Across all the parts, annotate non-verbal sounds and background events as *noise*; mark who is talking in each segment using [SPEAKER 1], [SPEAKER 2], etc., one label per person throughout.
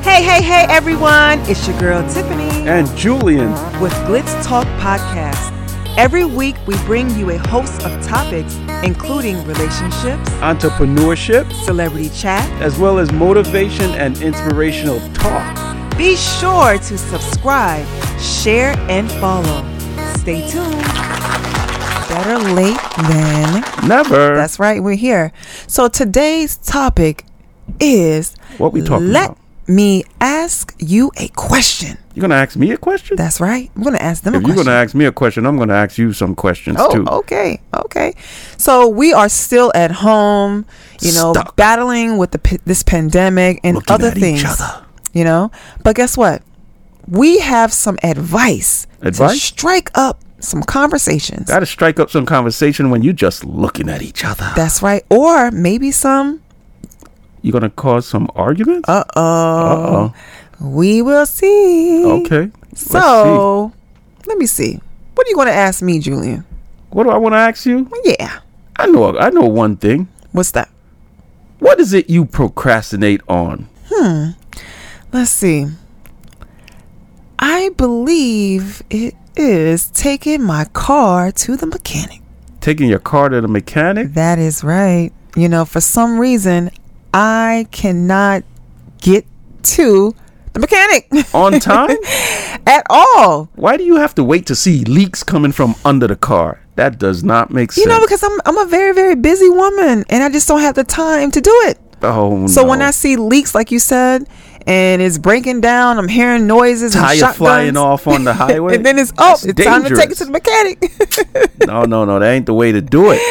[SPEAKER 1] Hey, hey, everyone. It's your girl, Tiffany,
[SPEAKER 2] and Julian.
[SPEAKER 1] with Glitz Talk Podcast. Every week, we bring you a host of topics, including relationships,
[SPEAKER 2] Entrepreneurship,
[SPEAKER 1] celebrity chat.
[SPEAKER 2] as well as motivation and inspirational talk.
[SPEAKER 1] Be sure to subscribe, share, and follow. Stay tuned. Better late than.
[SPEAKER 2] Never.
[SPEAKER 1] That's right, we're here. So today's topic is
[SPEAKER 2] What we talking
[SPEAKER 1] Let
[SPEAKER 2] about?
[SPEAKER 1] me ask you a question.
[SPEAKER 2] you going to ask me a question?
[SPEAKER 1] That's right. I'm going to ask them
[SPEAKER 2] if
[SPEAKER 1] a
[SPEAKER 2] you're
[SPEAKER 1] question.
[SPEAKER 2] going to ask me a question, I'm going to ask you some questions
[SPEAKER 1] Oh,
[SPEAKER 2] too.
[SPEAKER 1] okay, okay. So we are still at home, you know,
[SPEAKER 2] Stuck.
[SPEAKER 1] battling with the p- this pandemic and
[SPEAKER 2] Looking
[SPEAKER 1] other
[SPEAKER 2] at each
[SPEAKER 1] things,
[SPEAKER 2] other.
[SPEAKER 1] you know. But guess what? We have some advice, to
[SPEAKER 2] Advice?
[SPEAKER 1] strike up some conversations.
[SPEAKER 2] Got to strike up some conversation when you're just looking at each other.
[SPEAKER 1] That's right, or maybe some.
[SPEAKER 2] You're going to cause some arguments?
[SPEAKER 1] Uh oh.
[SPEAKER 2] Uh-oh.
[SPEAKER 1] We will see.
[SPEAKER 2] Okay. Let's see.
[SPEAKER 1] So let me see. What are you going to ask me, Julian?
[SPEAKER 2] What do I want to ask you?
[SPEAKER 1] Yeah.
[SPEAKER 2] I know I know one thing.
[SPEAKER 1] What's that?
[SPEAKER 2] What is it you procrastinate on?
[SPEAKER 1] Let's see. I believe it is taking my car to the mechanic.
[SPEAKER 2] Taking your car to the mechanic?
[SPEAKER 1] That is right. You know, for some reason, I cannot get to the mechanic *laughs*
[SPEAKER 2] On time?
[SPEAKER 1] at all.
[SPEAKER 2] Why do you have to wait to see leaks coming from under the car? That does not make sense.
[SPEAKER 1] You know, because I'm I'm a very very busy woman, and I just don't have the time to do it.
[SPEAKER 2] oh,
[SPEAKER 1] So when
[SPEAKER 2] no.
[SPEAKER 1] I see leaks, like you said, and it's breaking down, I'm hearing noises, and
[SPEAKER 2] tire
[SPEAKER 1] shotguns,
[SPEAKER 2] flying off
[SPEAKER 1] *laughs*
[SPEAKER 2] on the highway,
[SPEAKER 1] and then it's oh,
[SPEAKER 2] that's
[SPEAKER 1] it's time to take it to the
[SPEAKER 2] dangerous.
[SPEAKER 1] mechanic.
[SPEAKER 2] no, no, no, that ain't the way to do it.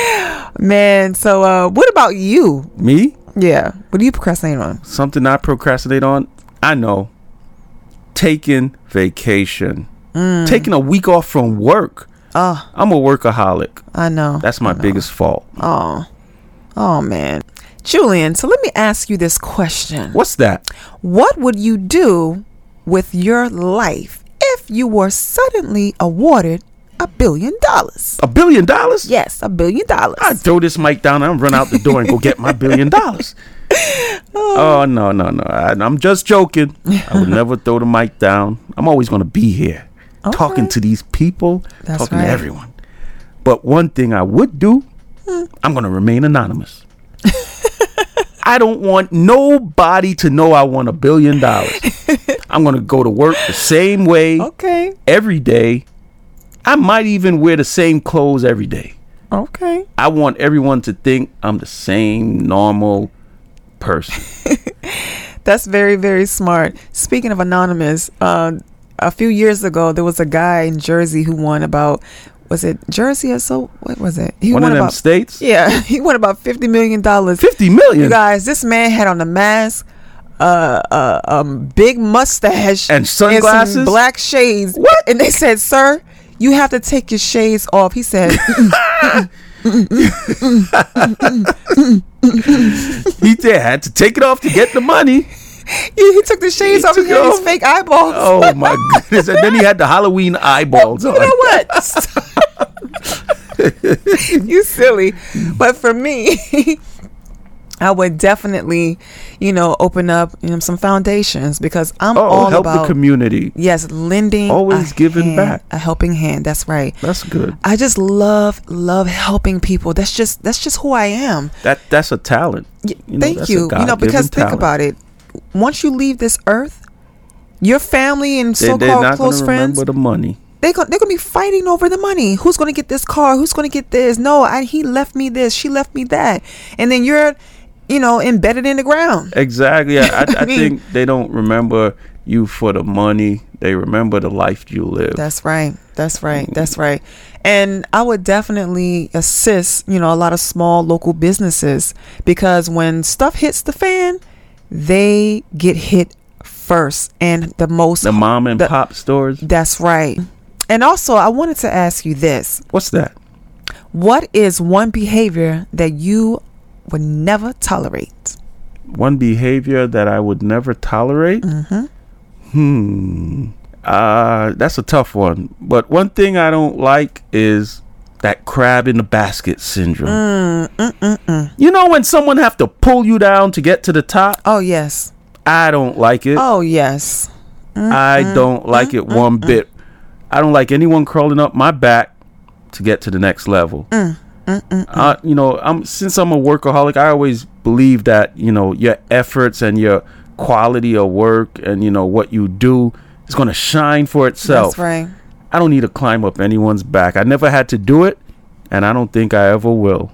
[SPEAKER 1] *laughs* Man, so uh, what about you?
[SPEAKER 2] Me,
[SPEAKER 1] Yeah, what do you procrastinate on?
[SPEAKER 2] something I procrastinate on. I know, taking vacation,
[SPEAKER 1] Mm.
[SPEAKER 2] taking a week off from work.
[SPEAKER 1] Oh,
[SPEAKER 2] I'm a workaholic.
[SPEAKER 1] I know.
[SPEAKER 2] That's my biggest fault.
[SPEAKER 1] oh, oh man, Julian. So let me ask you this question:
[SPEAKER 2] What's that?
[SPEAKER 1] What would you do with your life if you were suddenly awarded a billion dollars?
[SPEAKER 2] A billion dollars?
[SPEAKER 1] Yes, a billion dollars.
[SPEAKER 2] I throw this mic down and run out the door and go get my billion dollars. Oh no no no! I, I'm just joking. I would never throw the mic down. I'm always going to be here, talking
[SPEAKER 1] Okay.
[SPEAKER 2] to these people,
[SPEAKER 1] That's
[SPEAKER 2] talking
[SPEAKER 1] right.
[SPEAKER 2] to everyone. But one thing I would do,
[SPEAKER 1] Hmm.
[SPEAKER 2] I'm going to remain anonymous. I don't want nobody to know I want a billion dollars.
[SPEAKER 1] *laughs*
[SPEAKER 2] I'm going to go to work the same way
[SPEAKER 1] Okay,
[SPEAKER 2] every day. I might even wear the same clothes every day.
[SPEAKER 1] okay.
[SPEAKER 2] I want everyone to think I'm the same normal person.
[SPEAKER 1] That's very, very smart. Speaking of anonymous, uh, a few years ago there was a guy in Jersey who won about was it Jersey or so? What was it? He
[SPEAKER 2] One of
[SPEAKER 1] won
[SPEAKER 2] them
[SPEAKER 1] about
[SPEAKER 2] states,
[SPEAKER 1] yeah, *laughs* he won about fifty million dollars.
[SPEAKER 2] fifty
[SPEAKER 1] You
[SPEAKER 2] million,
[SPEAKER 1] guys, this man had on a mask, uh, uh, um, big mustache,
[SPEAKER 2] And
[SPEAKER 1] some
[SPEAKER 2] sunglasses?
[SPEAKER 1] black shades.
[SPEAKER 2] What?
[SPEAKER 1] And they said, "Sir, you have to take your shades off." He said, *laughs*
[SPEAKER 2] he did, had to take it off to get
[SPEAKER 1] *laughs*
[SPEAKER 2] the money.
[SPEAKER 1] "He, he took the shades
[SPEAKER 2] He
[SPEAKER 1] off. He
[SPEAKER 2] took
[SPEAKER 1] had
[SPEAKER 2] it
[SPEAKER 1] his
[SPEAKER 2] off?
[SPEAKER 1] fake eyeballs."
[SPEAKER 2] Oh my goodness! And then he had the Halloween eyeballs on.
[SPEAKER 1] You know what? Stop.
[SPEAKER 2] *laughs*
[SPEAKER 1] you silly. But for me, *laughs* I would definitely, you know, open up you know, some foundations because I'm
[SPEAKER 2] Oh,
[SPEAKER 1] all
[SPEAKER 2] help
[SPEAKER 1] about
[SPEAKER 2] the community.
[SPEAKER 1] yes, lending,
[SPEAKER 2] Always
[SPEAKER 1] a
[SPEAKER 2] giving
[SPEAKER 1] hand,
[SPEAKER 2] back.
[SPEAKER 1] a helping hand. That's right.
[SPEAKER 2] That's good.
[SPEAKER 1] I just love love helping people. That's just that's just who I am.
[SPEAKER 2] That that's a talent.
[SPEAKER 1] Y-
[SPEAKER 2] You know,
[SPEAKER 1] Thank
[SPEAKER 2] that's a
[SPEAKER 1] you. You know,
[SPEAKER 2] God-given
[SPEAKER 1] because think
[SPEAKER 2] talent.
[SPEAKER 1] about it. Once you leave this earth, your family and
[SPEAKER 2] They,
[SPEAKER 1] so-called
[SPEAKER 2] they're not going
[SPEAKER 1] close
[SPEAKER 2] to
[SPEAKER 1] friends
[SPEAKER 2] remember the money.
[SPEAKER 1] they go, they're gonna be fighting over the money. Who's gonna get this car? Who's gonna get this? No, I, he left me this. She left me that. And then you're, you know, embedded in the ground.
[SPEAKER 2] Exactly. I, I,
[SPEAKER 1] *laughs*
[SPEAKER 2] I
[SPEAKER 1] mean-
[SPEAKER 2] think they don't remember you for the money. They remember the life you live.
[SPEAKER 1] That's right. That's right. That's right. And I would definitely assist, you know, a lot of small local businesses because when stuff hits the fan, they get hit first and the most.
[SPEAKER 2] the mom and
[SPEAKER 1] the-
[SPEAKER 2] pop stores.
[SPEAKER 1] That's right. And also, I wanted to ask you this.
[SPEAKER 2] What's that?
[SPEAKER 1] What is one behavior that you would never tolerate?
[SPEAKER 2] one behavior that I would never tolerate. Hmm. Uh, that's a tough one. But one thing I don't like is that crab in the basket syndrome. You know when someone have to pull you down to get to the top?
[SPEAKER 1] Oh yes.
[SPEAKER 2] I don't like it.
[SPEAKER 1] Oh yes.
[SPEAKER 2] I don't like it one bit. I don't like anyone crawling up my back to get to the next level.
[SPEAKER 1] Mm,
[SPEAKER 2] I, you know, I'm since I'm a workaholic, I always believe that you know your efforts and your quality of work and you know what you do is going to shine for itself.
[SPEAKER 1] That's right.
[SPEAKER 2] I don't need to climb up anyone's back. I never had to do it, and I don't think I ever will.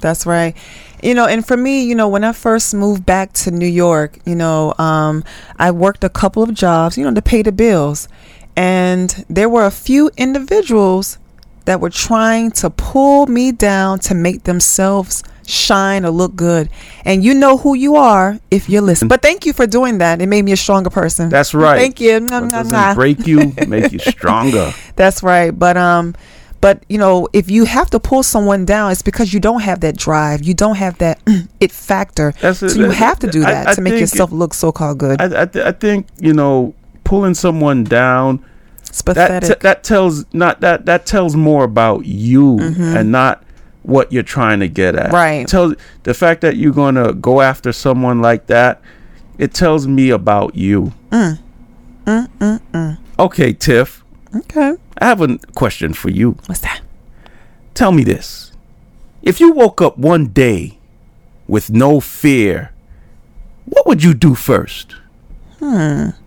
[SPEAKER 1] That's right. You know, and for me, you know, when I first moved back to New York, you know, um, I worked a couple of jobs, you know, to pay the bills. And there were a few individuals that were trying to pull me down to make themselves shine or look good. And you know who you are if you listen. But thank you for doing that. It made me a stronger person.
[SPEAKER 2] That's right.
[SPEAKER 1] Thank you.
[SPEAKER 2] What doesn't break you,
[SPEAKER 1] *laughs*
[SPEAKER 2] make you stronger.
[SPEAKER 1] That's right. But um but you know, if you have to pull someone down, it's because you don't have that drive. You don't have that *clears throat* it factor.
[SPEAKER 2] That's
[SPEAKER 1] so
[SPEAKER 2] it.
[SPEAKER 1] you
[SPEAKER 2] That-
[SPEAKER 1] have to do
[SPEAKER 2] I-
[SPEAKER 1] that
[SPEAKER 2] I
[SPEAKER 1] to make
[SPEAKER 2] think-
[SPEAKER 1] yourself look so called good.
[SPEAKER 2] I, I, th- I think you know pulling someone down
[SPEAKER 1] it's
[SPEAKER 2] that
[SPEAKER 1] pathetic.
[SPEAKER 2] t- that tells not that that tells more about you and not what you're trying to get at.
[SPEAKER 1] Mm-hmm. Right.
[SPEAKER 2] Tells the fact that you're gonna go after someone like that, it tells me about you.
[SPEAKER 1] Mm.
[SPEAKER 2] Okay, Tiff,
[SPEAKER 1] okay.
[SPEAKER 2] I have a question for you.
[SPEAKER 1] What's that?
[SPEAKER 2] Tell me this: if you woke up one day with no fear, what would you do first?
[SPEAKER 1] Let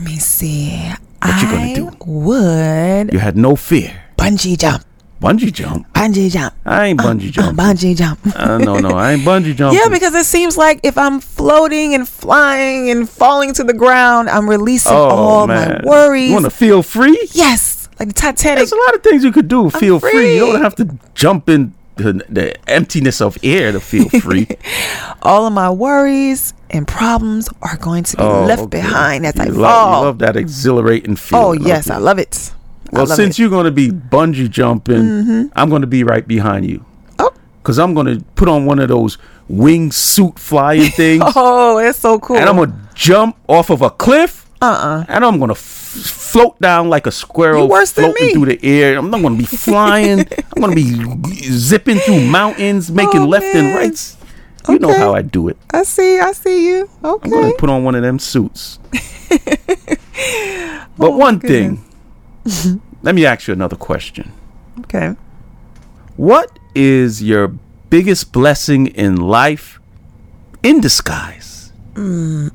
[SPEAKER 1] me see.
[SPEAKER 2] What you gonna
[SPEAKER 1] I
[SPEAKER 2] do?
[SPEAKER 1] would
[SPEAKER 2] You had no fear.
[SPEAKER 1] bungee jump.
[SPEAKER 2] Bungee jump.
[SPEAKER 1] Bungee jump.
[SPEAKER 2] I
[SPEAKER 1] *laughs*
[SPEAKER 2] ain't bungee jump.
[SPEAKER 1] Bungee jump.
[SPEAKER 2] Uh, no, no, *laughs* I ain't bungee jumping.
[SPEAKER 1] *laughs* yeah, because it seems like if I'm floating and flying and falling to the ground, I'm releasing all my worries.
[SPEAKER 2] Oh, You want to feel free?
[SPEAKER 1] yes, like the Titanic.
[SPEAKER 2] There's a lot of things you could do. Feel free.
[SPEAKER 1] free.
[SPEAKER 2] You don't have to jump in the, the emptiness of air to feel free.
[SPEAKER 1] *laughs* all of my worries and problems are going to be
[SPEAKER 2] Oh,
[SPEAKER 1] left
[SPEAKER 2] okay.
[SPEAKER 1] behind as
[SPEAKER 2] you
[SPEAKER 1] I
[SPEAKER 2] love,
[SPEAKER 1] fall.
[SPEAKER 2] You love that exhilarating feeling.
[SPEAKER 1] oh yes,
[SPEAKER 2] okay.
[SPEAKER 1] I love it.
[SPEAKER 2] Well,
[SPEAKER 1] I love
[SPEAKER 2] since
[SPEAKER 1] it. Mm-hmm.
[SPEAKER 2] you're going to be bungee jumping, I'm going to be right behind you.
[SPEAKER 1] Oh.
[SPEAKER 2] Because I'm going to put on one of those
[SPEAKER 1] *laughs*
[SPEAKER 2] wingsuit flying things.
[SPEAKER 1] oh, it's so cool.
[SPEAKER 2] and I'm gonna jump off of a cliff.
[SPEAKER 1] Uh-uh.
[SPEAKER 2] And I'm gonna f- float down like a squirrel,
[SPEAKER 1] You worse than
[SPEAKER 2] floating
[SPEAKER 1] me.
[SPEAKER 2] through the air. I'm not gonna
[SPEAKER 1] *laughs*
[SPEAKER 2] be flying. I'm gonna be zipping through mountains, making
[SPEAKER 1] Oh,
[SPEAKER 2] left and
[SPEAKER 1] man.
[SPEAKER 2] rights. You know
[SPEAKER 1] Okay.
[SPEAKER 2] how I do it.
[SPEAKER 1] I see. I see you.
[SPEAKER 2] I'm gonna
[SPEAKER 1] Okay.
[SPEAKER 2] put on one of
[SPEAKER 1] *laughs*
[SPEAKER 2] them suits.
[SPEAKER 1] Oh,
[SPEAKER 2] but one thing, let me ask you another question.
[SPEAKER 1] Okay.
[SPEAKER 2] What is your biggest blessing in life in disguise?
[SPEAKER 1] Mm,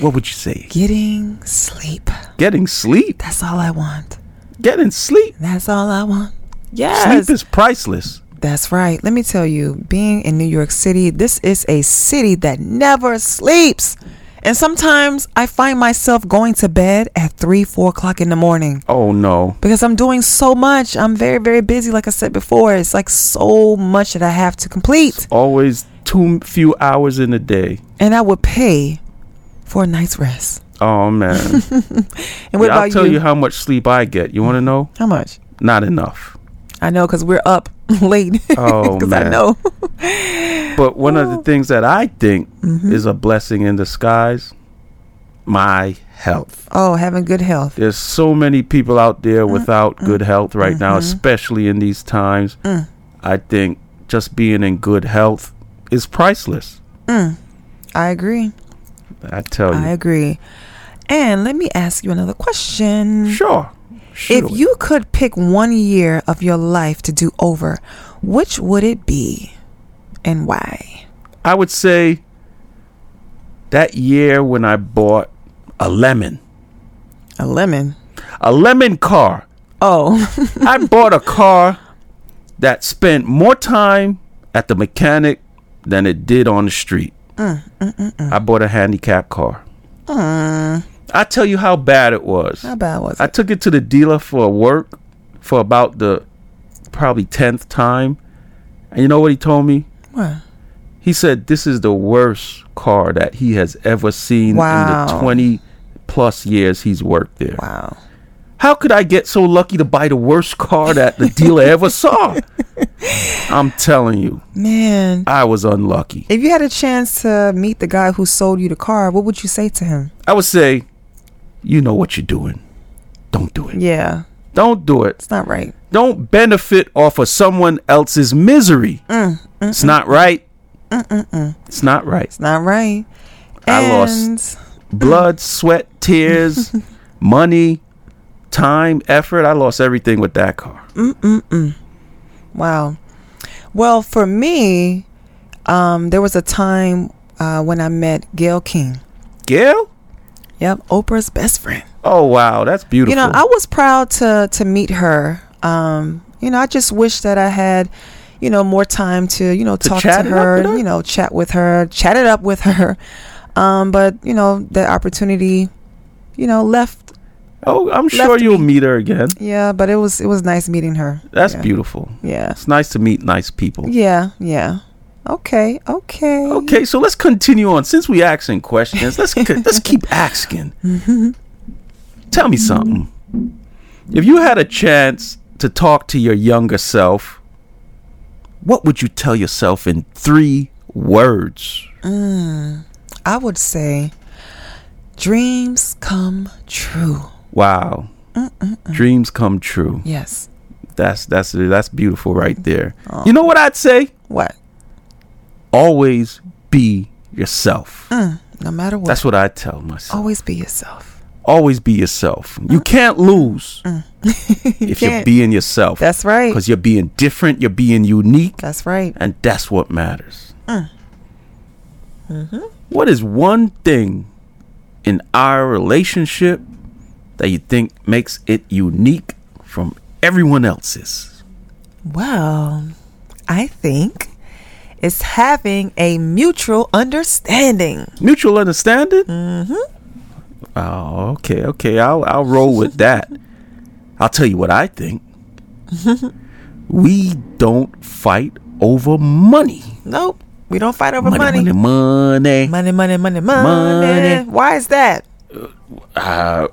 [SPEAKER 2] What would you say?
[SPEAKER 1] Getting sleep.
[SPEAKER 2] Getting sleep.
[SPEAKER 1] That's all I want.
[SPEAKER 2] getting sleep.
[SPEAKER 1] That's all I want.
[SPEAKER 2] Sleep
[SPEAKER 1] Yes.
[SPEAKER 2] is priceless.
[SPEAKER 1] That's right. Let me tell you, being in New York City, this is a city that never sleeps. And sometimes I find myself going to bed at three, four o'clock in the morning.
[SPEAKER 2] Oh no.
[SPEAKER 1] because I'm doing so much. I'm very, very busy. Like I said before, it's like so much that I have to complete.
[SPEAKER 2] Always too few hours in a day.
[SPEAKER 1] And I would pay for a night's rest.
[SPEAKER 2] Oh man.
[SPEAKER 1] And *laughs* what
[SPEAKER 2] I'll
[SPEAKER 1] about
[SPEAKER 2] tell
[SPEAKER 1] you?
[SPEAKER 2] you? how much sleep I get. You want to know?
[SPEAKER 1] How much?
[SPEAKER 2] Not enough.
[SPEAKER 1] I know because we're up *laughs* late.
[SPEAKER 2] Oh,
[SPEAKER 1] *laughs* Because I
[SPEAKER 2] man.
[SPEAKER 1] know.
[SPEAKER 2] But one of
[SPEAKER 1] Oh.
[SPEAKER 2] the things that I think
[SPEAKER 1] Mm-hmm.
[SPEAKER 2] is a blessing in disguise, my health.
[SPEAKER 1] oh, having good health.
[SPEAKER 2] There's so many people out there
[SPEAKER 1] Mm-hmm.
[SPEAKER 2] without good health right now, especially in these times.
[SPEAKER 1] Mm.
[SPEAKER 2] I think just being in good health is priceless.
[SPEAKER 1] I agree.
[SPEAKER 2] I tell
[SPEAKER 1] I
[SPEAKER 2] you.
[SPEAKER 1] agree. And let me ask you another question.
[SPEAKER 2] sure.
[SPEAKER 1] If
[SPEAKER 2] Sure.
[SPEAKER 1] you could pick one year of your life to do over, which would it be and why?
[SPEAKER 2] I would say that year when I bought a lemon,
[SPEAKER 1] A lemon.
[SPEAKER 2] a lemon car.
[SPEAKER 1] Oh, *laughs*
[SPEAKER 2] I bought a car that spent more time at the mechanic than it did on the street. I bought a handicap car. I tell you how bad it was.
[SPEAKER 1] how bad was
[SPEAKER 2] I
[SPEAKER 1] it?
[SPEAKER 2] took it to the dealer for work for about the probably 10th time. And you know what he told me?
[SPEAKER 1] What?
[SPEAKER 2] He said this is the worst car that he has ever seen in
[SPEAKER 1] Wow.
[SPEAKER 2] the 20 plus years he's worked there.
[SPEAKER 1] Wow.
[SPEAKER 2] How could I get so lucky to buy the worst car that the
[SPEAKER 1] *laughs*
[SPEAKER 2] dealer ever saw? I'm telling you,
[SPEAKER 1] Man,
[SPEAKER 2] I was unlucky.
[SPEAKER 1] if you had a chance to meet the guy who sold you the car, what would you say to him?
[SPEAKER 2] I would say, you know what you're doing. Don't do it.
[SPEAKER 1] Yeah,
[SPEAKER 2] Don't do it.
[SPEAKER 1] it's not right. Mm,
[SPEAKER 2] Don't benefit off of someone else's misery. It's not right. It's not right.
[SPEAKER 1] It's not right.
[SPEAKER 2] I lost- Blood, sweat,
[SPEAKER 1] *laughs*
[SPEAKER 2] tears, money, time, effort. I lost everything with that car.
[SPEAKER 1] Wow. Well, for me, um, there was a time uh, when I met Gail King.
[SPEAKER 2] Gail?
[SPEAKER 1] Yep, Oprah's best friend.
[SPEAKER 2] Oh wow, that's beautiful.
[SPEAKER 1] You know, I was proud to to meet her. Um, you know, I just wish that I had, you know, more time to you know talk to
[SPEAKER 2] chat it up
[SPEAKER 1] her,
[SPEAKER 2] with her?
[SPEAKER 1] you know, chat with her, chat it up with her. Um, but you know, the opportunity, you know, left.
[SPEAKER 2] oh, I'm sure
[SPEAKER 1] left
[SPEAKER 2] you'll
[SPEAKER 1] me.
[SPEAKER 2] meet her again.
[SPEAKER 1] Yeah, but it was it was nice meeting her.
[SPEAKER 2] That's
[SPEAKER 1] yeah.
[SPEAKER 2] beautiful.
[SPEAKER 1] Yeah,
[SPEAKER 2] It's nice to meet nice people.
[SPEAKER 1] yeah, yeah. Okay, okay,
[SPEAKER 2] Okay, so let's continue on. Since we asking questions, let's c- let's keep asking. Tell me something. If you had a chance to talk to your younger self, what would you tell yourself in three words?
[SPEAKER 1] I would say, dreams come true.
[SPEAKER 2] Wow, dreams come true.
[SPEAKER 1] Yes.
[SPEAKER 2] That's that's that's beautiful right there. You know what I'd say?
[SPEAKER 1] What?
[SPEAKER 2] Always be yourself.
[SPEAKER 1] No matter what.
[SPEAKER 2] That's what I tell myself.
[SPEAKER 1] always be yourself.
[SPEAKER 2] always be yourself. You can't lose
[SPEAKER 1] *laughs*
[SPEAKER 2] if you're
[SPEAKER 1] Mm. can't.
[SPEAKER 2] being yourself.
[SPEAKER 1] That's right.
[SPEAKER 2] Because you're being different, you're being unique,
[SPEAKER 1] That's right.
[SPEAKER 2] and that's what matters.
[SPEAKER 1] Mm.
[SPEAKER 2] What is one thing in our relationship that you think makes it unique from everyone else's?
[SPEAKER 1] Well, I think it's having a mutual understanding.
[SPEAKER 2] Mutual understanding? Mm-hmm. Oh, okay, okay. I'll, I'll roll with that. I'll tell you what I think. we don't fight over money.
[SPEAKER 1] Nope. We don't fight over
[SPEAKER 2] Money,
[SPEAKER 1] money.
[SPEAKER 2] money,
[SPEAKER 1] Money,
[SPEAKER 2] money.
[SPEAKER 1] money, money, money.
[SPEAKER 2] Money.
[SPEAKER 1] Why is that?
[SPEAKER 2] Uh,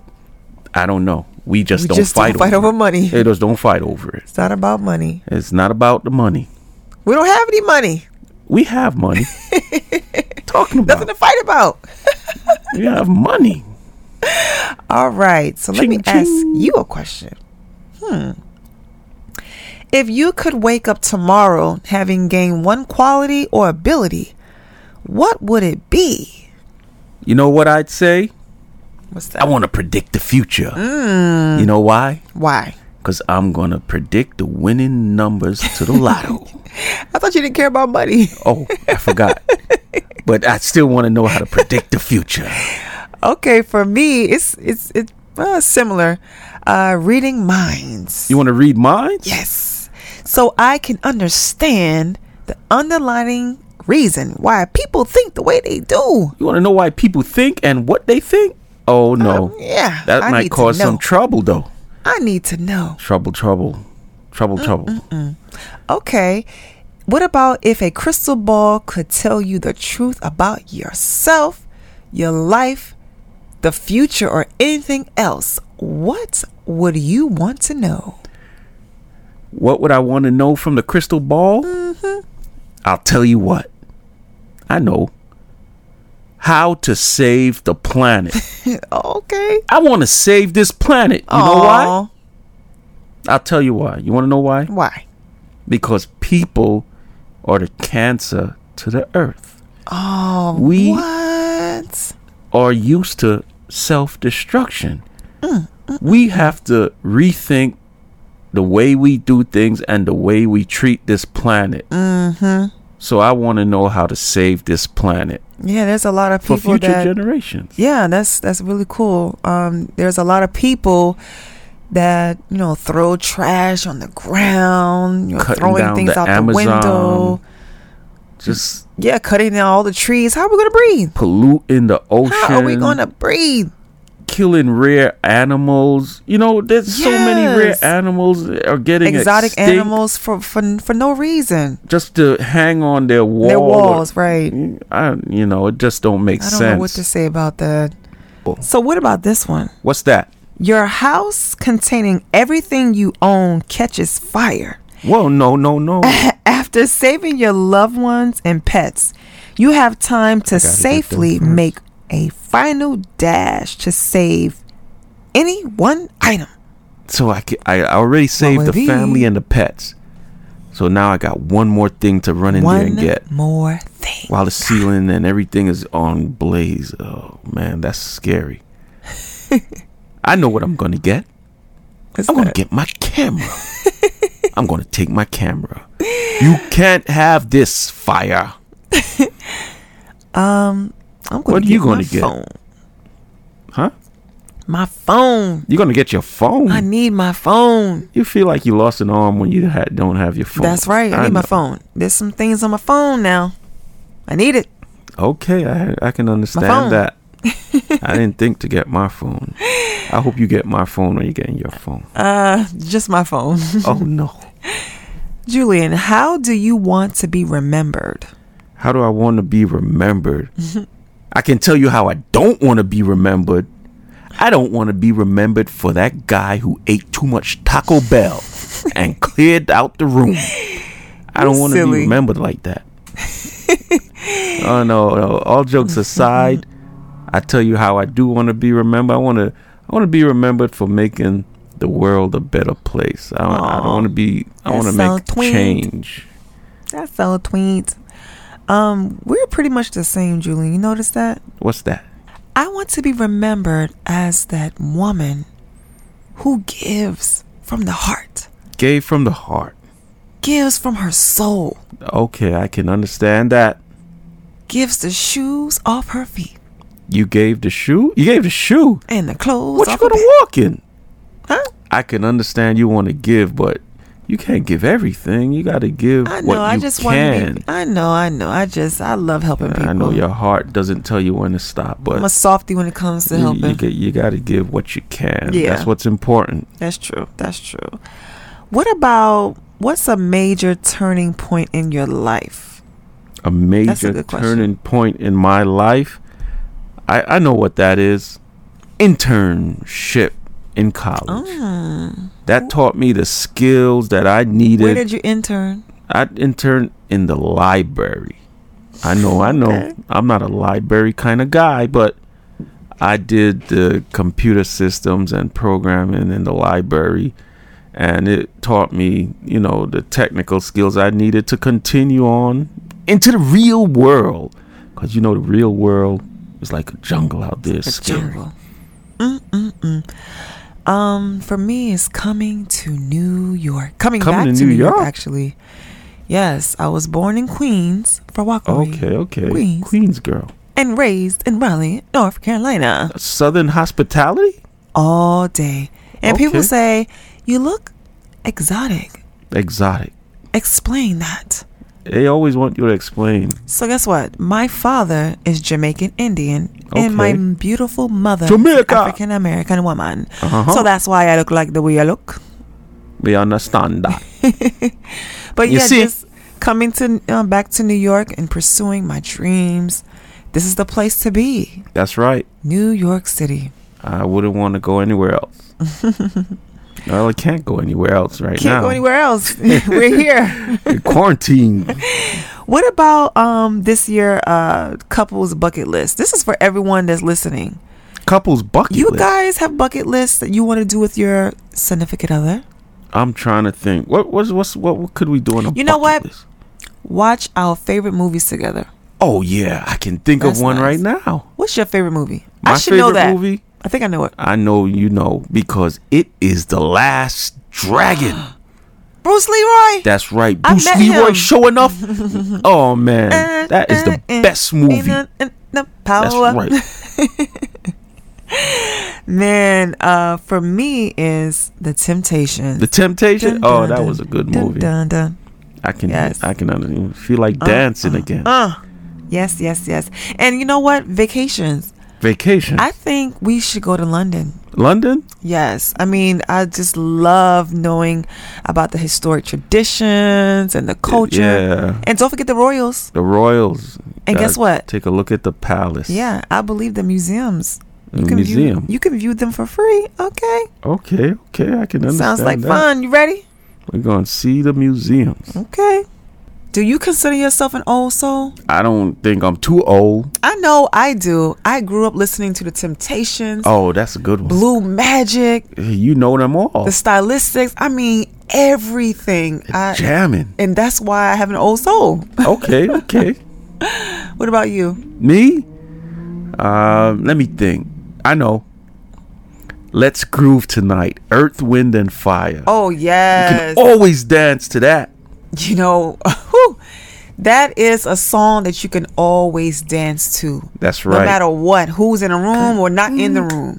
[SPEAKER 2] I don't know. We just,
[SPEAKER 1] We
[SPEAKER 2] don't,
[SPEAKER 1] just
[SPEAKER 2] fight
[SPEAKER 1] don't fight
[SPEAKER 2] over
[SPEAKER 1] over money.
[SPEAKER 2] It just don't fight over it.
[SPEAKER 1] It's not about money.
[SPEAKER 2] It's not about the money.
[SPEAKER 1] We don't have any money.
[SPEAKER 2] We have money. Talking
[SPEAKER 1] Nothing
[SPEAKER 2] about
[SPEAKER 1] to fight about.
[SPEAKER 2] we have money.
[SPEAKER 1] All right. So let me
[SPEAKER 2] Ching,
[SPEAKER 1] ask
[SPEAKER 2] ching.
[SPEAKER 1] you a question. Hmm. If you could wake up tomorrow having gained one quality or ability, what would it be?
[SPEAKER 2] You know what I'd say?
[SPEAKER 1] What's that?
[SPEAKER 2] I want to predict the future. You know why?
[SPEAKER 1] Why?
[SPEAKER 2] Because I'm going to predict the winning numbers to
[SPEAKER 1] *laughs*
[SPEAKER 2] the lotto.
[SPEAKER 1] I thought you didn't care about money. *laughs*
[SPEAKER 2] oh, I forgot. But I still want to know how to predict the future.
[SPEAKER 1] okay, for me, it's it's it's uh, similar. Uh, reading minds.
[SPEAKER 2] You want to read minds?
[SPEAKER 1] Yes. So I can understand the underlining reason why people think the way they do.
[SPEAKER 2] You want to know why people think and what they think? Oh, no.
[SPEAKER 1] yeah,
[SPEAKER 2] That
[SPEAKER 1] Um, I
[SPEAKER 2] might
[SPEAKER 1] need to
[SPEAKER 2] cause some
[SPEAKER 1] know.
[SPEAKER 2] trouble, though.
[SPEAKER 1] I need to know.
[SPEAKER 2] Trouble, trouble. Trouble,
[SPEAKER 1] Mm,
[SPEAKER 2] trouble.
[SPEAKER 1] Okay. What about if a crystal ball could tell you the truth about yourself, your life, the future, or anything else? What would you want to know?
[SPEAKER 2] What would I want to know from the crystal ball?
[SPEAKER 1] Mm-hmm.
[SPEAKER 2] I'll tell you what. I know. How to save the
[SPEAKER 1] *laughs*
[SPEAKER 2] planet.
[SPEAKER 1] okay.
[SPEAKER 2] I want to save this planet. You know why?
[SPEAKER 1] Aw,
[SPEAKER 2] I'll tell you why. You want to know why?
[SPEAKER 1] Why?
[SPEAKER 2] Because people are the cancer to the earth.
[SPEAKER 1] Oh,
[SPEAKER 2] We-
[SPEAKER 1] what?
[SPEAKER 2] Are used to self destruction.
[SPEAKER 1] Mm,
[SPEAKER 2] We have to rethink the way we do things and the way we treat this planet.
[SPEAKER 1] Mm-hmm.
[SPEAKER 2] So I want to know how to save this planet
[SPEAKER 1] Yeah, there's a lot of
[SPEAKER 2] for
[SPEAKER 1] people
[SPEAKER 2] future
[SPEAKER 1] that
[SPEAKER 2] generations.
[SPEAKER 1] yeah that's that's really cool um there's a lot of people that you know throw trash on the ground you know,
[SPEAKER 2] Cutting
[SPEAKER 1] throwing
[SPEAKER 2] down
[SPEAKER 1] things
[SPEAKER 2] the
[SPEAKER 1] out
[SPEAKER 2] Amazon.
[SPEAKER 1] the window
[SPEAKER 2] Just
[SPEAKER 1] yeah cutting down all the trees how are we gonna breathe
[SPEAKER 2] polluting the ocean,
[SPEAKER 1] how are we gonna breathe
[SPEAKER 2] killing rare animals. You know, there's so many rare
[SPEAKER 1] Yes.
[SPEAKER 2] animals that are getting
[SPEAKER 1] exotic
[SPEAKER 2] extinct
[SPEAKER 1] animals for, for for no reason
[SPEAKER 2] just to hang on their wall.
[SPEAKER 1] their
[SPEAKER 2] or-
[SPEAKER 1] walls right
[SPEAKER 2] I, you know, it just don't make
[SPEAKER 1] i don't
[SPEAKER 2] sense.
[SPEAKER 1] know what to say about that
[SPEAKER 2] Oh.
[SPEAKER 1] so what about this one
[SPEAKER 2] What's that?
[SPEAKER 1] your house containing everything you own catches fire *laughs*
[SPEAKER 2] Whoa, no, no, no.
[SPEAKER 1] After saving your loved ones and pets, you have time to
[SPEAKER 2] them
[SPEAKER 1] safely
[SPEAKER 2] first.
[SPEAKER 1] make a final dash to save any one item.
[SPEAKER 2] so I, ca- I already saved
[SPEAKER 1] would
[SPEAKER 2] the
[SPEAKER 1] it be?
[SPEAKER 2] family and the pets. So now I got one more thing to run in there
[SPEAKER 1] One
[SPEAKER 2] and get
[SPEAKER 1] more thing.
[SPEAKER 2] while the ceiling and everything is on blaze. Oh man,
[SPEAKER 1] *laughs*
[SPEAKER 2] that's scary. I know what I'm gonna get.
[SPEAKER 1] What's
[SPEAKER 2] I'm gonna
[SPEAKER 1] that?
[SPEAKER 2] get my
[SPEAKER 1] *laughs*
[SPEAKER 2] camera. I'm gonna take my camera. You can't have this fire.
[SPEAKER 1] um, I'm gonna
[SPEAKER 2] What are
[SPEAKER 1] get
[SPEAKER 2] you
[SPEAKER 1] my
[SPEAKER 2] gonna get?
[SPEAKER 1] phone.
[SPEAKER 2] Huh?
[SPEAKER 1] My phone.
[SPEAKER 2] You're gonna get your phone.
[SPEAKER 1] I need my phone.
[SPEAKER 2] you feel like you lost an arm when you ha- don't have your phone.
[SPEAKER 1] That's right. I need my
[SPEAKER 2] know.
[SPEAKER 1] phone. There's some things on my phone now. I need it.
[SPEAKER 2] Okay, I I can
[SPEAKER 1] phone. *laughs*
[SPEAKER 2] understand that. I didn't think to get my phone. I hope you get my phone when you're getting
[SPEAKER 1] *laughs*
[SPEAKER 2] your phone.
[SPEAKER 1] Uh, just my phone. *laughs*
[SPEAKER 2] Oh no.
[SPEAKER 1] Julian, how do you want to be remembered?
[SPEAKER 2] How do I want to be remembered? I can tell you how I don't want to be remembered. I don't want to be remembered for that guy who ate too much Taco
[SPEAKER 1] *laughs*
[SPEAKER 2] Bell and cleared out the room. I don't want to be
[SPEAKER 1] silly.
[SPEAKER 2] remembered like that. oh no, no. All jokes
[SPEAKER 1] *laughs*
[SPEAKER 2] aside, I tell you how I do want to be remembered. I want to I want to be remembered for making the world a better place. I, I
[SPEAKER 1] Aw,
[SPEAKER 2] don't want to be I
[SPEAKER 1] that
[SPEAKER 2] want to
[SPEAKER 1] sound
[SPEAKER 2] make
[SPEAKER 1] twinned.
[SPEAKER 2] change.
[SPEAKER 1] That fellow tweet. Um, we're pretty much the same, Julian. You notice that?
[SPEAKER 2] What's that?
[SPEAKER 1] I want to be remembered as that woman who gives from the heart,
[SPEAKER 2] Gay from the heart.
[SPEAKER 1] gives from her soul,
[SPEAKER 2] Okay, I can understand that.
[SPEAKER 1] gives the shoes off her feet
[SPEAKER 2] You gave the shoe? You gave the shoe.
[SPEAKER 1] and the clothes
[SPEAKER 2] What you
[SPEAKER 1] off her
[SPEAKER 2] gonna
[SPEAKER 1] back.
[SPEAKER 2] walk in?
[SPEAKER 1] Huh?
[SPEAKER 2] I can understand you wanna give, but you can't give everything. You gotta give
[SPEAKER 1] I know.
[SPEAKER 2] what
[SPEAKER 1] I
[SPEAKER 2] you
[SPEAKER 1] just want to
[SPEAKER 2] can.
[SPEAKER 1] be. I know. I know. I just. I love helping people.
[SPEAKER 2] I know your heart doesn't tell you when to stop,
[SPEAKER 1] I'm a
[SPEAKER 2] but
[SPEAKER 1] softy when it comes to
[SPEAKER 2] you,
[SPEAKER 1] helping.
[SPEAKER 2] you, get- you gotta give what you can.
[SPEAKER 1] Yeah.
[SPEAKER 2] That's what's important.
[SPEAKER 1] That's true. That's true. What about what's a major turning point in your life?
[SPEAKER 2] A major
[SPEAKER 1] good question.
[SPEAKER 2] turning point in my life. I, I know what that is. Internship in college.
[SPEAKER 1] Mm.
[SPEAKER 2] That taught me the skills that I needed.
[SPEAKER 1] Where did you intern?
[SPEAKER 2] I interned in the library. I know, I know.
[SPEAKER 1] Okay.
[SPEAKER 2] I'm not a library kind of guy, but I did the computer systems and programming in the library, and it taught me, you know, the technical skills I needed to continue on into the real world. Because, you know, the real world is like a jungle out there.
[SPEAKER 1] A
[SPEAKER 2] scary.
[SPEAKER 1] jungle. Mm-mm-mm. Um, for me, it's coming to New York. Coming,
[SPEAKER 2] Coming
[SPEAKER 1] back
[SPEAKER 2] to
[SPEAKER 1] to,
[SPEAKER 2] New
[SPEAKER 1] New York?
[SPEAKER 2] York?
[SPEAKER 1] actually. Yes, I was born in Queens for Walkery
[SPEAKER 2] Okay, okay.
[SPEAKER 1] Queens.
[SPEAKER 2] Queens girl.
[SPEAKER 1] and raised in Raleigh, North Carolina,
[SPEAKER 2] Southern hospitality?
[SPEAKER 1] all day. And people
[SPEAKER 2] Okay.
[SPEAKER 1] say, "You look exotic."
[SPEAKER 2] Exotic.
[SPEAKER 1] Explain that.
[SPEAKER 2] They always want you to explain.
[SPEAKER 1] So guess what? My father is Jamaican Indian, and my
[SPEAKER 2] Okay.
[SPEAKER 1] beautiful mother
[SPEAKER 2] Jamaica.
[SPEAKER 1] African American woman.
[SPEAKER 2] Uh-huh.
[SPEAKER 1] So that's why I look like the way I look. *laughs*
[SPEAKER 2] We understand that.
[SPEAKER 1] But
[SPEAKER 2] You
[SPEAKER 1] yeah,
[SPEAKER 2] see?
[SPEAKER 1] just coming to uh, back to New York and pursuing my dreams. This is the place to be,
[SPEAKER 2] That's right.
[SPEAKER 1] New York City.
[SPEAKER 2] I wouldn't want to go anywhere else.
[SPEAKER 1] *laughs*
[SPEAKER 2] well, I can't go anywhere else right
[SPEAKER 1] Can't
[SPEAKER 2] now.
[SPEAKER 1] go anywhere else.
[SPEAKER 2] *laughs*
[SPEAKER 1] *laughs* We're here.
[SPEAKER 2] You're quarantined.
[SPEAKER 1] *laughs* What about um this year uh couples bucket list? This is for everyone that's listening.
[SPEAKER 2] Couples bucket
[SPEAKER 1] You
[SPEAKER 2] list.
[SPEAKER 1] guys have bucket lists that you want to do with your significant other?
[SPEAKER 2] I'm trying to think. What what's, what's what what could we do on a
[SPEAKER 1] You know what?
[SPEAKER 2] bucket list?
[SPEAKER 1] Watch our favorite movies together.
[SPEAKER 2] Oh yeah, I can think
[SPEAKER 1] That's
[SPEAKER 2] of one
[SPEAKER 1] nice.
[SPEAKER 2] right now.
[SPEAKER 1] What's your favorite movie?
[SPEAKER 2] My
[SPEAKER 1] I should know
[SPEAKER 2] favorite
[SPEAKER 1] that.
[SPEAKER 2] movie.
[SPEAKER 1] I think I know it.
[SPEAKER 2] I know you know because it is the Last Dragon.
[SPEAKER 1] *gasps* Bruce Leroy.
[SPEAKER 2] That's right,
[SPEAKER 1] I
[SPEAKER 2] Bruce
[SPEAKER 1] met
[SPEAKER 2] Leroy.
[SPEAKER 1] him.
[SPEAKER 2] Show
[SPEAKER 1] *laughs*
[SPEAKER 2] enough. oh
[SPEAKER 1] Uh,
[SPEAKER 2] man, that is the best movie.
[SPEAKER 1] That's
[SPEAKER 2] That's right.
[SPEAKER 1] *laughs* Man, uh, for me is The Temptations.
[SPEAKER 2] The
[SPEAKER 1] Dun,
[SPEAKER 2] Temptation. Oh,
[SPEAKER 1] dun,
[SPEAKER 2] that
[SPEAKER 1] dun,
[SPEAKER 2] was a good
[SPEAKER 1] dun,
[SPEAKER 2] movie.
[SPEAKER 1] Dun, dun.
[SPEAKER 2] I can
[SPEAKER 1] Yes.
[SPEAKER 2] I can under- feel like dancing again.
[SPEAKER 1] Uh, yes, yes, yes. And you know what? Vacations.
[SPEAKER 2] Vacation.
[SPEAKER 1] I think we should go to London.
[SPEAKER 2] London?
[SPEAKER 1] Yes. I mean, I just love knowing about the historic traditions and the culture.
[SPEAKER 2] Yeah.
[SPEAKER 1] And don't forget the royals.
[SPEAKER 2] The Royals.
[SPEAKER 1] And
[SPEAKER 2] Gotta
[SPEAKER 1] guess what?
[SPEAKER 2] Take a look at the palace.
[SPEAKER 1] Yeah, I believe the museums.
[SPEAKER 2] The museum.
[SPEAKER 1] View, you can view them for free. Okay.
[SPEAKER 2] okay, okay, I can understand.
[SPEAKER 1] Sounds like
[SPEAKER 2] that.
[SPEAKER 1] fun. You ready?
[SPEAKER 2] We're gonna see the museums.
[SPEAKER 1] Okay. Do you consider yourself an old soul?
[SPEAKER 2] I don't think I'm too old.
[SPEAKER 1] I know I do. I grew up listening to the Temptations,
[SPEAKER 2] Oh, that's a good one.
[SPEAKER 1] Blue Magic,
[SPEAKER 2] You know them all.
[SPEAKER 1] the stylistics. I mean, everything. I,
[SPEAKER 2] Jamming.
[SPEAKER 1] and that's why I have an old soul.
[SPEAKER 2] Okay, okay.
[SPEAKER 1] *laughs* what about you?
[SPEAKER 2] Me? Um, let me think. I know. Let's groove tonight. Earth, wind, and fire.
[SPEAKER 1] Oh
[SPEAKER 2] Can
[SPEAKER 1] yes,
[SPEAKER 2] always dance to that.
[SPEAKER 1] you know. *laughs* whew, That is a song that you can always dance to.
[SPEAKER 2] That's
[SPEAKER 1] No
[SPEAKER 2] right. Uh.
[SPEAKER 1] matter what, who's in the room or not in the room.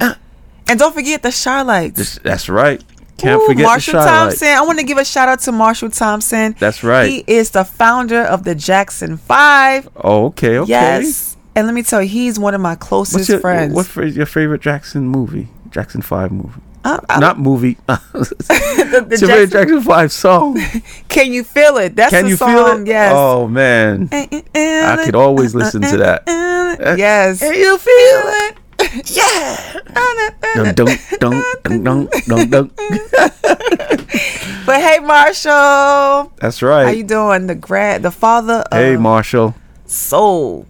[SPEAKER 1] And don't forget the Shylights.
[SPEAKER 2] This- that's right. Can't
[SPEAKER 1] Ooh,
[SPEAKER 2] forget
[SPEAKER 1] Marshall
[SPEAKER 2] the
[SPEAKER 1] Thompson.
[SPEAKER 2] Thompson.
[SPEAKER 1] I want to give a shout out to Marshall Thompson.
[SPEAKER 2] That's right.
[SPEAKER 1] He is the founder of the Jackson Five.
[SPEAKER 2] Oh, okay, okay.
[SPEAKER 1] Yes. And let me tell you, he's one of my closest
[SPEAKER 2] What's your,
[SPEAKER 1] friends.
[SPEAKER 2] What's fa- your favorite Jackson movie? Jackson Five movie.
[SPEAKER 1] I- I-
[SPEAKER 2] Not movie.
[SPEAKER 1] Uh, *laughs*
[SPEAKER 2] *laughs*
[SPEAKER 1] the, the
[SPEAKER 2] it's your
[SPEAKER 1] Jackson-
[SPEAKER 2] favorite Jackson
[SPEAKER 1] *laughs*
[SPEAKER 2] Five song.
[SPEAKER 1] Can you feel it? That's
[SPEAKER 2] Can
[SPEAKER 1] the
[SPEAKER 2] you
[SPEAKER 1] song.
[SPEAKER 2] feel it?
[SPEAKER 1] Yes.
[SPEAKER 2] Oh man, I
[SPEAKER 1] I
[SPEAKER 2] could always listen to that.
[SPEAKER 1] Uh, Yes.
[SPEAKER 2] Can you feel
[SPEAKER 1] it? *laughs* Yeah.
[SPEAKER 2] Dun dun
[SPEAKER 1] *laughs*
[SPEAKER 2] dun dun dun dun. dun.
[SPEAKER 1] But hey, Marshall,
[SPEAKER 2] That's
[SPEAKER 1] how you
[SPEAKER 2] right.
[SPEAKER 1] doing? The grad, the father of
[SPEAKER 2] Hey Marshall.
[SPEAKER 1] soul.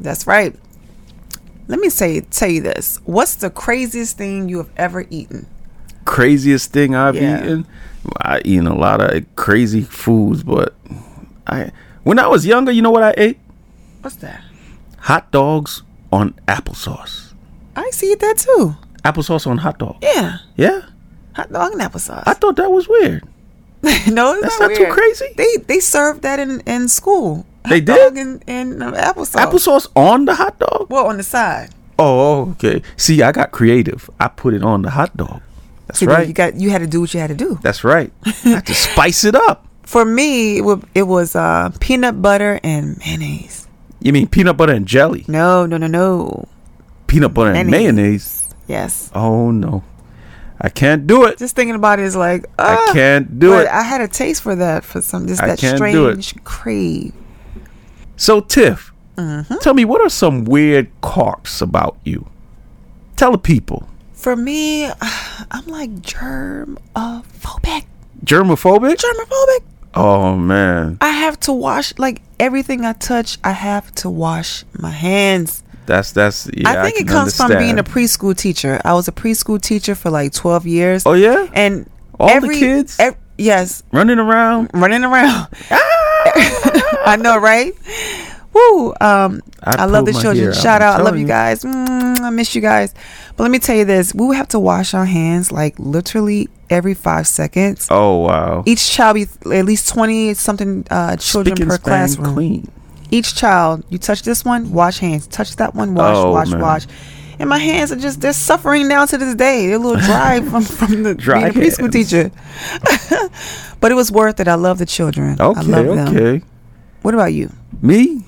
[SPEAKER 1] That's right. Let me say tell you this. What's the craziest thing you have ever eaten?
[SPEAKER 2] craziest thing I've
[SPEAKER 1] Yeah.
[SPEAKER 2] eaten. I eaten a lot of crazy foods, but I when I was younger, you know what I ate?
[SPEAKER 1] What's that?
[SPEAKER 2] Hot dogs on applesauce.
[SPEAKER 1] I see that too.
[SPEAKER 2] Applesauce on hot dog.
[SPEAKER 1] Yeah.
[SPEAKER 2] Yeah,
[SPEAKER 1] Hot dog and applesauce.
[SPEAKER 2] I thought that was weird.
[SPEAKER 1] *laughs* no, it's
[SPEAKER 2] That's
[SPEAKER 1] not,
[SPEAKER 2] not too
[SPEAKER 1] weird.
[SPEAKER 2] crazy.
[SPEAKER 1] They they served that in, in school.
[SPEAKER 2] They
[SPEAKER 1] Hot dog
[SPEAKER 2] did?
[SPEAKER 1] and, and um, applesauce.
[SPEAKER 2] Applesauce on the hot dog.
[SPEAKER 1] Well, on the side.
[SPEAKER 2] Oh, okay. See, I got creative. I put it on the hot dog. That's
[SPEAKER 1] See,
[SPEAKER 2] right.
[SPEAKER 1] You got you had to do what you had to do.
[SPEAKER 2] That's right. I had to spice it up.
[SPEAKER 1] For me, it was, it was uh, peanut butter and mayonnaise.
[SPEAKER 2] You mean peanut butter and jelly?
[SPEAKER 1] No, no, no, no.
[SPEAKER 2] Peanut butter and
[SPEAKER 1] Mayonnaise.
[SPEAKER 2] mayonnaise?
[SPEAKER 1] Yes.
[SPEAKER 2] Oh no, I can't do it.
[SPEAKER 1] Just thinking about it is like
[SPEAKER 2] I
[SPEAKER 1] ah.
[SPEAKER 2] can't do
[SPEAKER 1] but
[SPEAKER 2] it.
[SPEAKER 1] I had a taste for that for some just
[SPEAKER 2] I
[SPEAKER 1] that
[SPEAKER 2] can't do it.
[SPEAKER 1] strange crave.
[SPEAKER 2] So, Tiff,
[SPEAKER 1] Mm-hmm.
[SPEAKER 2] tell me what are some weird carps about you? Tell the people.
[SPEAKER 1] For me, *sighs* I'm like germ phobic,
[SPEAKER 2] Germophobic?
[SPEAKER 1] germophobic.
[SPEAKER 2] Oh, man.
[SPEAKER 1] I have to wash like everything I touch. I have to wash my hands.
[SPEAKER 2] That's, that's, yeah.
[SPEAKER 1] I think
[SPEAKER 2] can
[SPEAKER 1] it comes from being a
[SPEAKER 2] understand.
[SPEAKER 1] preschool teacher. I was a preschool teacher for like 12 years.
[SPEAKER 2] Oh, yeah?
[SPEAKER 1] and
[SPEAKER 2] All the
[SPEAKER 1] every, e-,
[SPEAKER 2] kids? Ah!
[SPEAKER 1] ev- yes,
[SPEAKER 2] Running around.
[SPEAKER 1] running around. *laughs* I know, right? Woo! Um,
[SPEAKER 2] I
[SPEAKER 1] I, love the
[SPEAKER 2] pulled my hair
[SPEAKER 1] children.
[SPEAKER 2] out,
[SPEAKER 1] Shout
[SPEAKER 2] I'm
[SPEAKER 1] out! I love
[SPEAKER 2] telling
[SPEAKER 1] you
[SPEAKER 2] you.
[SPEAKER 1] guys. Mm, I miss you guys. But let me tell you this: we would have to wash our hands like literally every five seconds.
[SPEAKER 2] Oh, wow.
[SPEAKER 1] Each child be at least twenty something uh, children
[SPEAKER 2] Spick and
[SPEAKER 1] per
[SPEAKER 2] span
[SPEAKER 1] classroom.
[SPEAKER 2] clean.
[SPEAKER 1] Each child, you touch this one, wash hands. Touch that one, wash,
[SPEAKER 2] Oh,
[SPEAKER 1] wash,
[SPEAKER 2] man.
[SPEAKER 1] wash. And my hands are just—they're suffering now to this day. They're a little
[SPEAKER 2] *laughs*
[SPEAKER 1] dry from, from the
[SPEAKER 2] Dry
[SPEAKER 1] being a preschool
[SPEAKER 2] hands.
[SPEAKER 1] teacher. *laughs* but it was worth it. I love the children. I
[SPEAKER 2] Okay,
[SPEAKER 1] love them.
[SPEAKER 2] okay.
[SPEAKER 1] What about you?
[SPEAKER 2] Me?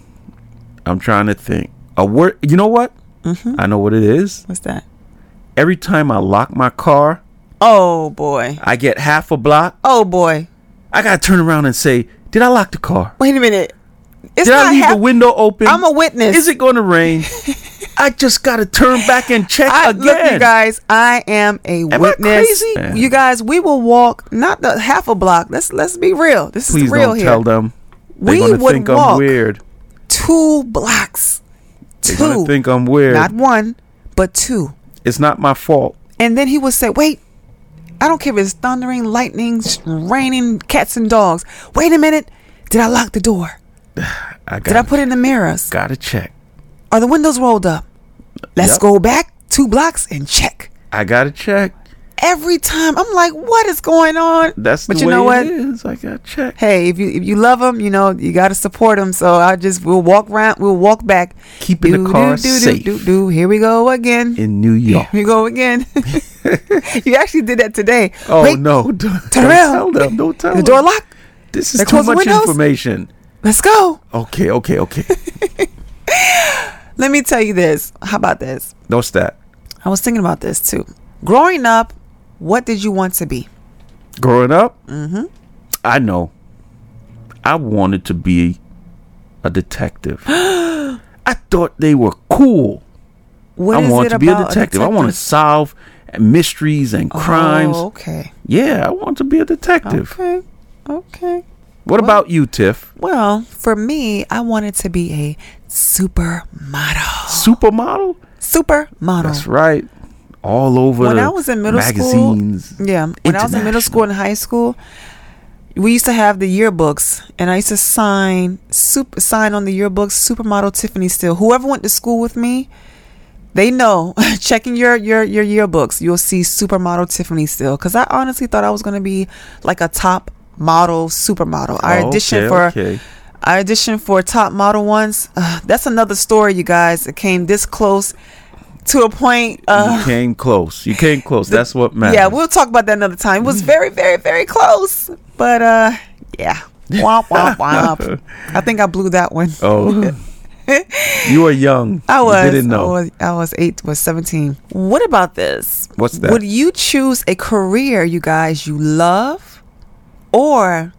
[SPEAKER 2] I'm trying to think. A word, you know what?
[SPEAKER 1] Mm-hmm.
[SPEAKER 2] I know what it is.
[SPEAKER 1] What's that?
[SPEAKER 2] Every time I lock my car,
[SPEAKER 1] Oh boy.
[SPEAKER 2] I get half a block.
[SPEAKER 1] Oh boy.
[SPEAKER 2] I got to turn around and say, Did I lock the car?
[SPEAKER 1] Wait a minute. It's
[SPEAKER 2] Did I
[SPEAKER 1] not
[SPEAKER 2] leave
[SPEAKER 1] half-
[SPEAKER 2] the window open?
[SPEAKER 1] I'm a witness.
[SPEAKER 2] Is it going
[SPEAKER 1] *laughs*
[SPEAKER 2] to rain? I just got to turn back and check
[SPEAKER 1] I,
[SPEAKER 2] again.
[SPEAKER 1] look, you guys. I am a
[SPEAKER 2] I
[SPEAKER 1] witness.
[SPEAKER 2] crazy? Yeah.
[SPEAKER 1] You guys, we will walk not the half a block. Let's let's be real. This
[SPEAKER 2] Please
[SPEAKER 1] is real
[SPEAKER 2] don't
[SPEAKER 1] here.
[SPEAKER 2] tell them. They're
[SPEAKER 1] We
[SPEAKER 2] going to
[SPEAKER 1] would
[SPEAKER 2] think I'm
[SPEAKER 1] walk
[SPEAKER 2] weird.
[SPEAKER 1] Two blocks.
[SPEAKER 2] They're going
[SPEAKER 1] Two.
[SPEAKER 2] to think I'm weird.
[SPEAKER 1] not one, but two.
[SPEAKER 2] it's not my fault.
[SPEAKER 1] And then he would say, "Wait, I don't care if it's thundering, lightning, s- raining, cats and dogs. Wait a minute. Did I lock the door?
[SPEAKER 2] I
[SPEAKER 1] Did I
[SPEAKER 2] got
[SPEAKER 1] put in the mirrors?
[SPEAKER 2] got to check.
[SPEAKER 1] Are the windows rolled up? Let's
[SPEAKER 2] Yep.
[SPEAKER 1] go back two blocks and check."
[SPEAKER 2] I got to check.
[SPEAKER 1] every time. I'm like, what is going on?
[SPEAKER 2] That's
[SPEAKER 1] but
[SPEAKER 2] the
[SPEAKER 1] you
[SPEAKER 2] way
[SPEAKER 1] know what?
[SPEAKER 2] it is. I got to check.
[SPEAKER 1] Hey, if you if you love them, you know you gotta support them. So I just we'll walk round, we'll walk back.
[SPEAKER 2] Keeping the car safe.
[SPEAKER 1] Do, do, do. Here we go again.
[SPEAKER 2] In New York.
[SPEAKER 1] Here we go again. *laughs* you actually did that today.
[SPEAKER 2] Oh,
[SPEAKER 1] Wait,
[SPEAKER 2] no. Don't,
[SPEAKER 1] turn
[SPEAKER 2] don't
[SPEAKER 1] around.
[SPEAKER 2] tell them. Don't tell
[SPEAKER 1] The
[SPEAKER 2] them.
[SPEAKER 1] door locked.
[SPEAKER 2] This is
[SPEAKER 1] They
[SPEAKER 2] too
[SPEAKER 1] close the
[SPEAKER 2] much
[SPEAKER 1] windows?
[SPEAKER 2] information.
[SPEAKER 1] Let's go.
[SPEAKER 2] Okay, okay, okay.
[SPEAKER 1] Let me tell you this. How about this?
[SPEAKER 2] no stat.
[SPEAKER 1] I was thinking about this too. Growing up, what did you want to be?
[SPEAKER 2] Growing up, mm-hmm. I know. I wanted to be a
[SPEAKER 1] *gasps*
[SPEAKER 2] detective. I thought they were cool.
[SPEAKER 1] What
[SPEAKER 2] I
[SPEAKER 1] is
[SPEAKER 2] want
[SPEAKER 1] it
[SPEAKER 2] to be a
[SPEAKER 1] about
[SPEAKER 2] detective. I want to solve mysteries and crimes.
[SPEAKER 1] Oh, okay.
[SPEAKER 2] Yeah, I want to be a detective.
[SPEAKER 1] Okay. Okay.
[SPEAKER 2] What about you, Tiff?
[SPEAKER 1] Well, for me, I wanted to be a supermodel.
[SPEAKER 2] Supermodel?
[SPEAKER 1] Supermodel.
[SPEAKER 2] That's right. All over
[SPEAKER 1] when
[SPEAKER 2] the
[SPEAKER 1] I was in middle
[SPEAKER 2] magazines.
[SPEAKER 1] school, yeah, when I was in middle school and high school, we used to have the yearbooks, and I used to sign super sign on the yearbooks, supermodel Tiffany Steele. Whoever went to school with me, they know. *laughs* Checking your your your yearbooks, you'll see supermodel Tiffany Steele. Because I honestly thought I was gonna be like a top model supermodel. I
[SPEAKER 2] Oh,
[SPEAKER 1] auditioned
[SPEAKER 2] okay,
[SPEAKER 1] for.
[SPEAKER 2] okay.
[SPEAKER 1] I auditioned for top model once. *sighs* Uh, that's another story, you guys. It came this close to a point. Uh,
[SPEAKER 2] you came close. You came close. That's what matters. Mm.
[SPEAKER 1] yeah, we'll talk about that another time. It was very, very, very close. But uh yeah. Womp womp
[SPEAKER 2] *laughs*
[SPEAKER 1] womp. I think I blew that one. *laughs*
[SPEAKER 2] Oh. you were young.
[SPEAKER 1] I
[SPEAKER 2] You
[SPEAKER 1] was,
[SPEAKER 2] didn't know.
[SPEAKER 1] I was I was eight was seventeen. What about this?
[SPEAKER 2] What's that?
[SPEAKER 1] Would you choose a career you guys you love or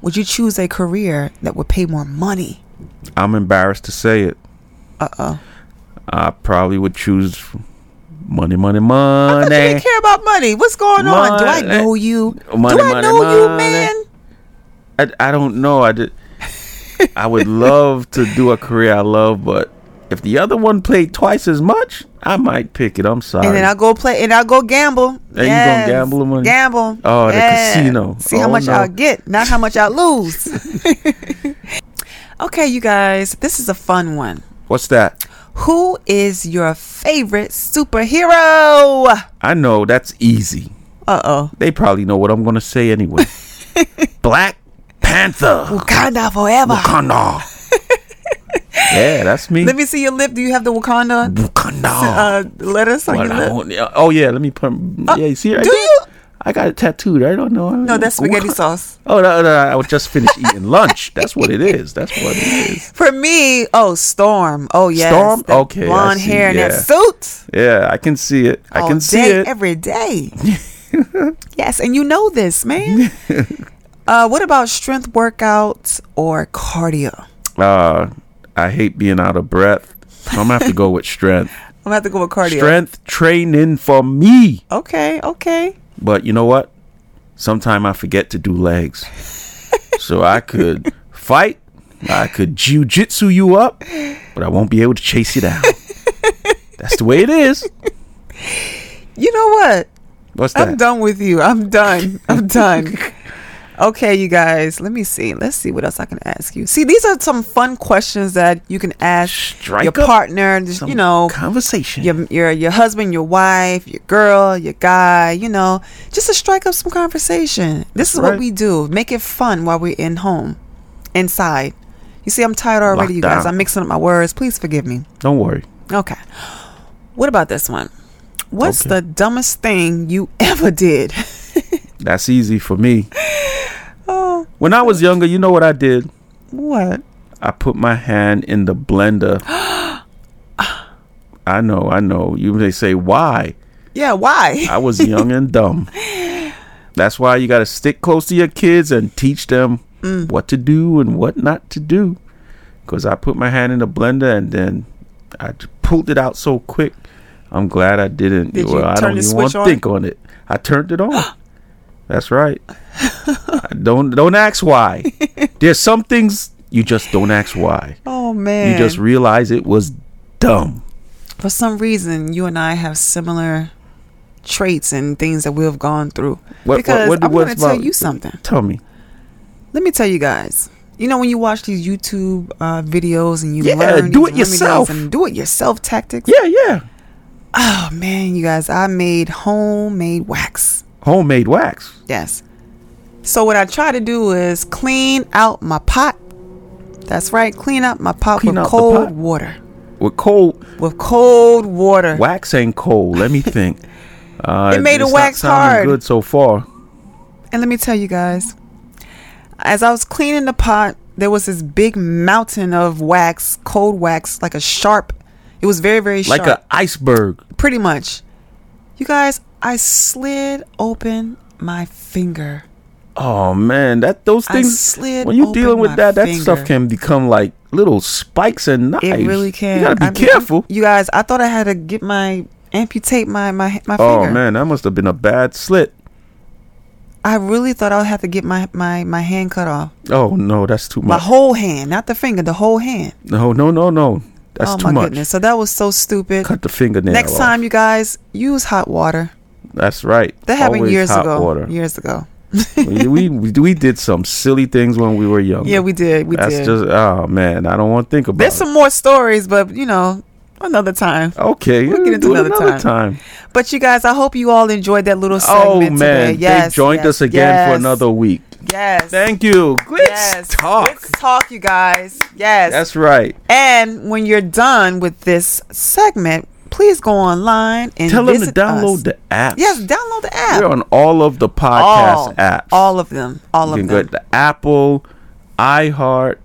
[SPEAKER 1] would you choose a career that would pay more money?
[SPEAKER 2] I'm embarrassed to say it.
[SPEAKER 1] Uh oh.
[SPEAKER 2] I probably would choose money, money,
[SPEAKER 1] I
[SPEAKER 2] money.
[SPEAKER 1] didn't care about money. What's going on? Do I
[SPEAKER 2] Money.
[SPEAKER 1] know you?
[SPEAKER 2] Money,
[SPEAKER 1] Do I
[SPEAKER 2] money,
[SPEAKER 1] know you,
[SPEAKER 2] money.
[SPEAKER 1] man?
[SPEAKER 2] I, I don't know. I did.
[SPEAKER 1] *laughs*
[SPEAKER 2] I would love to do a career I love, but if the other one played twice as much, I might pick it. I'm sorry.
[SPEAKER 1] And then I'll go play and I'll go gamble. And
[SPEAKER 2] you gonna gamble the money?
[SPEAKER 1] Gamble.
[SPEAKER 2] Oh, the casino.
[SPEAKER 1] See how
[SPEAKER 2] Oh,
[SPEAKER 1] much
[SPEAKER 2] no.
[SPEAKER 1] I'll get, not how much I'll
[SPEAKER 2] *laughs*
[SPEAKER 1] lose. *laughs* okay, you guys, this is a fun one.
[SPEAKER 2] What's that?
[SPEAKER 1] Who is your favorite superhero?
[SPEAKER 2] I know that's easy.
[SPEAKER 1] Uh oh.
[SPEAKER 2] They probably know what I'm gonna say
[SPEAKER 1] *laughs*
[SPEAKER 2] anyway. Black Panther,
[SPEAKER 1] Oh, Wakanda forever.
[SPEAKER 2] Wakanda.
[SPEAKER 1] *laughs*
[SPEAKER 2] yeah, that's me.
[SPEAKER 1] Let me see your lip. Do you have the Wakanda
[SPEAKER 2] Wakanda.
[SPEAKER 1] uh, letters on
[SPEAKER 2] Well,
[SPEAKER 1] your
[SPEAKER 2] I
[SPEAKER 1] lip?
[SPEAKER 2] won't- yeah, oh yeah, let me put. yeah, you see, right
[SPEAKER 1] Uh, do
[SPEAKER 2] there?
[SPEAKER 1] you?
[SPEAKER 2] I got it tattooed. I don't know.
[SPEAKER 1] No, that's spaghetti sauce.
[SPEAKER 2] Oh no, no, I was just finished eating lunch. That's what it is. That's what it is.
[SPEAKER 1] For me, oh, Storm. Oh, yes.
[SPEAKER 2] Storm?
[SPEAKER 1] that
[SPEAKER 2] Okay, I
[SPEAKER 1] Blonde
[SPEAKER 2] see,
[SPEAKER 1] hair and
[SPEAKER 2] yeah.
[SPEAKER 1] that suit.
[SPEAKER 2] Yeah, I can see it. I
[SPEAKER 1] all
[SPEAKER 2] can see
[SPEAKER 1] day,
[SPEAKER 2] it.
[SPEAKER 1] every day.
[SPEAKER 2] *laughs*
[SPEAKER 1] yes, and you know this, man. uh, what about strength workouts or cardio?
[SPEAKER 2] uh, I hate being out of breath. So I'm gonna have to go with strength.
[SPEAKER 1] I'm gonna have to go with cardio.
[SPEAKER 2] Strength training for me.
[SPEAKER 1] Okay, okay.
[SPEAKER 2] But you know what? Sometimes I forget to
[SPEAKER 1] *laughs*
[SPEAKER 2] do legs. So I could fight. I could jujitsu you up, but I won't be able to chase you down. That's the way it is.
[SPEAKER 1] You know what?
[SPEAKER 2] What's that?
[SPEAKER 1] I'm done with you. I'm done.
[SPEAKER 2] *laughs*
[SPEAKER 1] I'm done. okay, you guys. Let me see. Let's see what else I can ask you. See, these are some fun questions that you can ask
[SPEAKER 2] Strike
[SPEAKER 1] your
[SPEAKER 2] up
[SPEAKER 1] partner. Just,
[SPEAKER 2] Some
[SPEAKER 1] you know,
[SPEAKER 2] conversation.
[SPEAKER 1] your your your husband, your wife, your girl, your guy, you know, just to strike up some conversation. This is what
[SPEAKER 2] right.
[SPEAKER 1] we do. Make it fun while we're in home, inside. You see, I'm tired already,
[SPEAKER 2] Locked
[SPEAKER 1] you guys.
[SPEAKER 2] down.
[SPEAKER 1] I'm mixing up my words. Please forgive me.
[SPEAKER 2] Don't worry.
[SPEAKER 1] Okay. What about this one? What's
[SPEAKER 2] Okay.
[SPEAKER 1] the dumbest thing you *laughs* ever did?
[SPEAKER 2] That's easy for me.
[SPEAKER 1] oh,
[SPEAKER 2] When I was younger, you know what I did?
[SPEAKER 1] what?
[SPEAKER 2] I put my hand in the blender.
[SPEAKER 1] *gasps*
[SPEAKER 2] I know, I know. You may say, why?
[SPEAKER 1] Yeah, why?
[SPEAKER 2] I was young and dumb. That's why you got to stick close to your kids and teach them
[SPEAKER 1] Mm.
[SPEAKER 2] what to do and what not to do. Because I put my hand in the blender and then I j- pulled it out so quick. I'm glad I didn't.
[SPEAKER 1] Did you
[SPEAKER 2] I
[SPEAKER 1] turn the
[SPEAKER 2] don't even want
[SPEAKER 1] switch on?
[SPEAKER 2] to think on it. I turned it on. That's right.
[SPEAKER 1] *laughs*
[SPEAKER 2] I don't don't ask why. There's some things you just don't ask why.
[SPEAKER 1] oh
[SPEAKER 2] You
[SPEAKER 1] man.
[SPEAKER 2] just realize it was dumb.
[SPEAKER 1] For some reason, you and I have similar traits and things that we have gone through.
[SPEAKER 2] What- what-
[SPEAKER 1] because
[SPEAKER 2] what-
[SPEAKER 1] I'm going to
[SPEAKER 2] what's
[SPEAKER 1] tell
[SPEAKER 2] about-
[SPEAKER 1] you something.
[SPEAKER 2] Tell me.
[SPEAKER 1] Let me tell you guys. You know when you watch these YouTube uh, videos and you
[SPEAKER 2] Yeah,
[SPEAKER 1] learn these
[SPEAKER 2] do it
[SPEAKER 1] remedies
[SPEAKER 2] yourself.
[SPEAKER 1] and do it yourself tactics.
[SPEAKER 2] Yeah, yeah.
[SPEAKER 1] Oh man, you guys, I made homemade wax.
[SPEAKER 2] Homemade wax.
[SPEAKER 1] Yes. So what I try to do is clean out my pot. That's right, clean up my pot
[SPEAKER 2] Clean
[SPEAKER 1] with
[SPEAKER 2] out the
[SPEAKER 1] cold
[SPEAKER 2] pot?
[SPEAKER 1] water.
[SPEAKER 2] With cold
[SPEAKER 1] With cold water.
[SPEAKER 2] wax ain't cold. Let
[SPEAKER 1] *laughs*
[SPEAKER 2] me think. Uh,
[SPEAKER 1] It made
[SPEAKER 2] it's
[SPEAKER 1] the
[SPEAKER 2] not
[SPEAKER 1] wax
[SPEAKER 2] sounding
[SPEAKER 1] hard.
[SPEAKER 2] Good so far.
[SPEAKER 1] And let me tell you guys, as I was cleaning the pot, there was this big mountain of wax, cold wax, like a sharp. It was very, very
[SPEAKER 2] Like
[SPEAKER 1] sharp.
[SPEAKER 2] an iceberg.
[SPEAKER 1] pretty much. You guys, I slid open my finger.
[SPEAKER 2] Oh man, that those
[SPEAKER 1] I
[SPEAKER 2] things.
[SPEAKER 1] slid
[SPEAKER 2] when you're
[SPEAKER 1] open
[SPEAKER 2] dealing
[SPEAKER 1] my
[SPEAKER 2] with that, that
[SPEAKER 1] finger.
[SPEAKER 2] stuff can become like little spikes and knives.
[SPEAKER 1] It really can.
[SPEAKER 2] You gotta be
[SPEAKER 1] I mean,
[SPEAKER 2] careful.
[SPEAKER 1] You guys, I thought I had to get my amputate my my my
[SPEAKER 2] oh
[SPEAKER 1] finger.
[SPEAKER 2] man, that must have been a bad slit.
[SPEAKER 1] I really thought I would have to get my my my hand cut off.
[SPEAKER 2] Oh no, that's too
[SPEAKER 1] My
[SPEAKER 2] much.
[SPEAKER 1] whole hand, not the finger, the whole hand.
[SPEAKER 2] No, no, no, no. That's
[SPEAKER 1] oh
[SPEAKER 2] too
[SPEAKER 1] my
[SPEAKER 2] much.
[SPEAKER 1] goodness. So that was so stupid.
[SPEAKER 2] Cut the fingernail.
[SPEAKER 1] Next
[SPEAKER 2] off.
[SPEAKER 1] time you guys use hot water.
[SPEAKER 2] That's right.
[SPEAKER 1] That happened
[SPEAKER 2] Always
[SPEAKER 1] years
[SPEAKER 2] hot
[SPEAKER 1] ago.
[SPEAKER 2] Water.
[SPEAKER 1] Years ago. *laughs*
[SPEAKER 2] we, we we did some silly things when we were young.
[SPEAKER 1] *laughs* Yeah, we did. We
[SPEAKER 2] That's
[SPEAKER 1] did.
[SPEAKER 2] just oh man, I don't want to think about.
[SPEAKER 1] There's
[SPEAKER 2] it.
[SPEAKER 1] some more stories, but you know, another time.
[SPEAKER 2] Okay,
[SPEAKER 1] We'll get into
[SPEAKER 2] do it
[SPEAKER 1] another
[SPEAKER 2] time.
[SPEAKER 1] But you guys, I hope you all enjoyed that little
[SPEAKER 2] Oh
[SPEAKER 1] segment
[SPEAKER 2] man,
[SPEAKER 1] today. Yes,
[SPEAKER 2] they joined
[SPEAKER 1] yes,
[SPEAKER 2] us again for
[SPEAKER 1] yes,
[SPEAKER 2] another week.
[SPEAKER 1] Yes.
[SPEAKER 2] Thank you. Let's
[SPEAKER 1] yes.
[SPEAKER 2] talk.
[SPEAKER 1] Let's talk, you guys. Yes.
[SPEAKER 2] That's right.
[SPEAKER 1] and when you're done with this segment, please go online and
[SPEAKER 2] Tell them to
[SPEAKER 1] visit us.
[SPEAKER 2] download the app.
[SPEAKER 1] Yes, download the app.
[SPEAKER 2] we're on all of the podcast
[SPEAKER 1] all,
[SPEAKER 2] apps.
[SPEAKER 1] all of them. All
[SPEAKER 2] you
[SPEAKER 1] of
[SPEAKER 2] can
[SPEAKER 1] them.
[SPEAKER 2] go to the Apple, iHeart,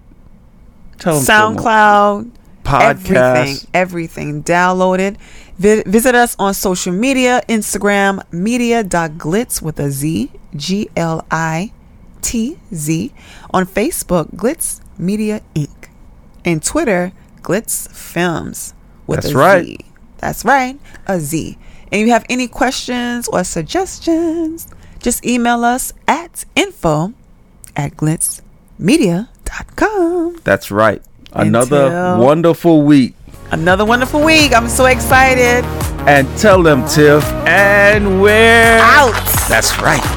[SPEAKER 2] tell 'em some more.
[SPEAKER 1] SoundCloud,
[SPEAKER 2] podcast.
[SPEAKER 1] everything, everything. Download it. Vi- visit us on social media Instagram, media.glitz with a Z, G L I T Z. On Facebook, Glitz Media Inc. And Twitter, Glitz Films with
[SPEAKER 2] That's
[SPEAKER 1] a Z.
[SPEAKER 2] right.
[SPEAKER 1] That's right, a Z. And you have any questions or suggestions, just email us at info at glitzmedia.com.
[SPEAKER 2] That's right. Another
[SPEAKER 1] Until-
[SPEAKER 2] wonderful week.
[SPEAKER 1] Another wonderful week. I'm so excited.
[SPEAKER 2] And tell them, Tiff, and we're
[SPEAKER 1] Out.
[SPEAKER 2] That's right.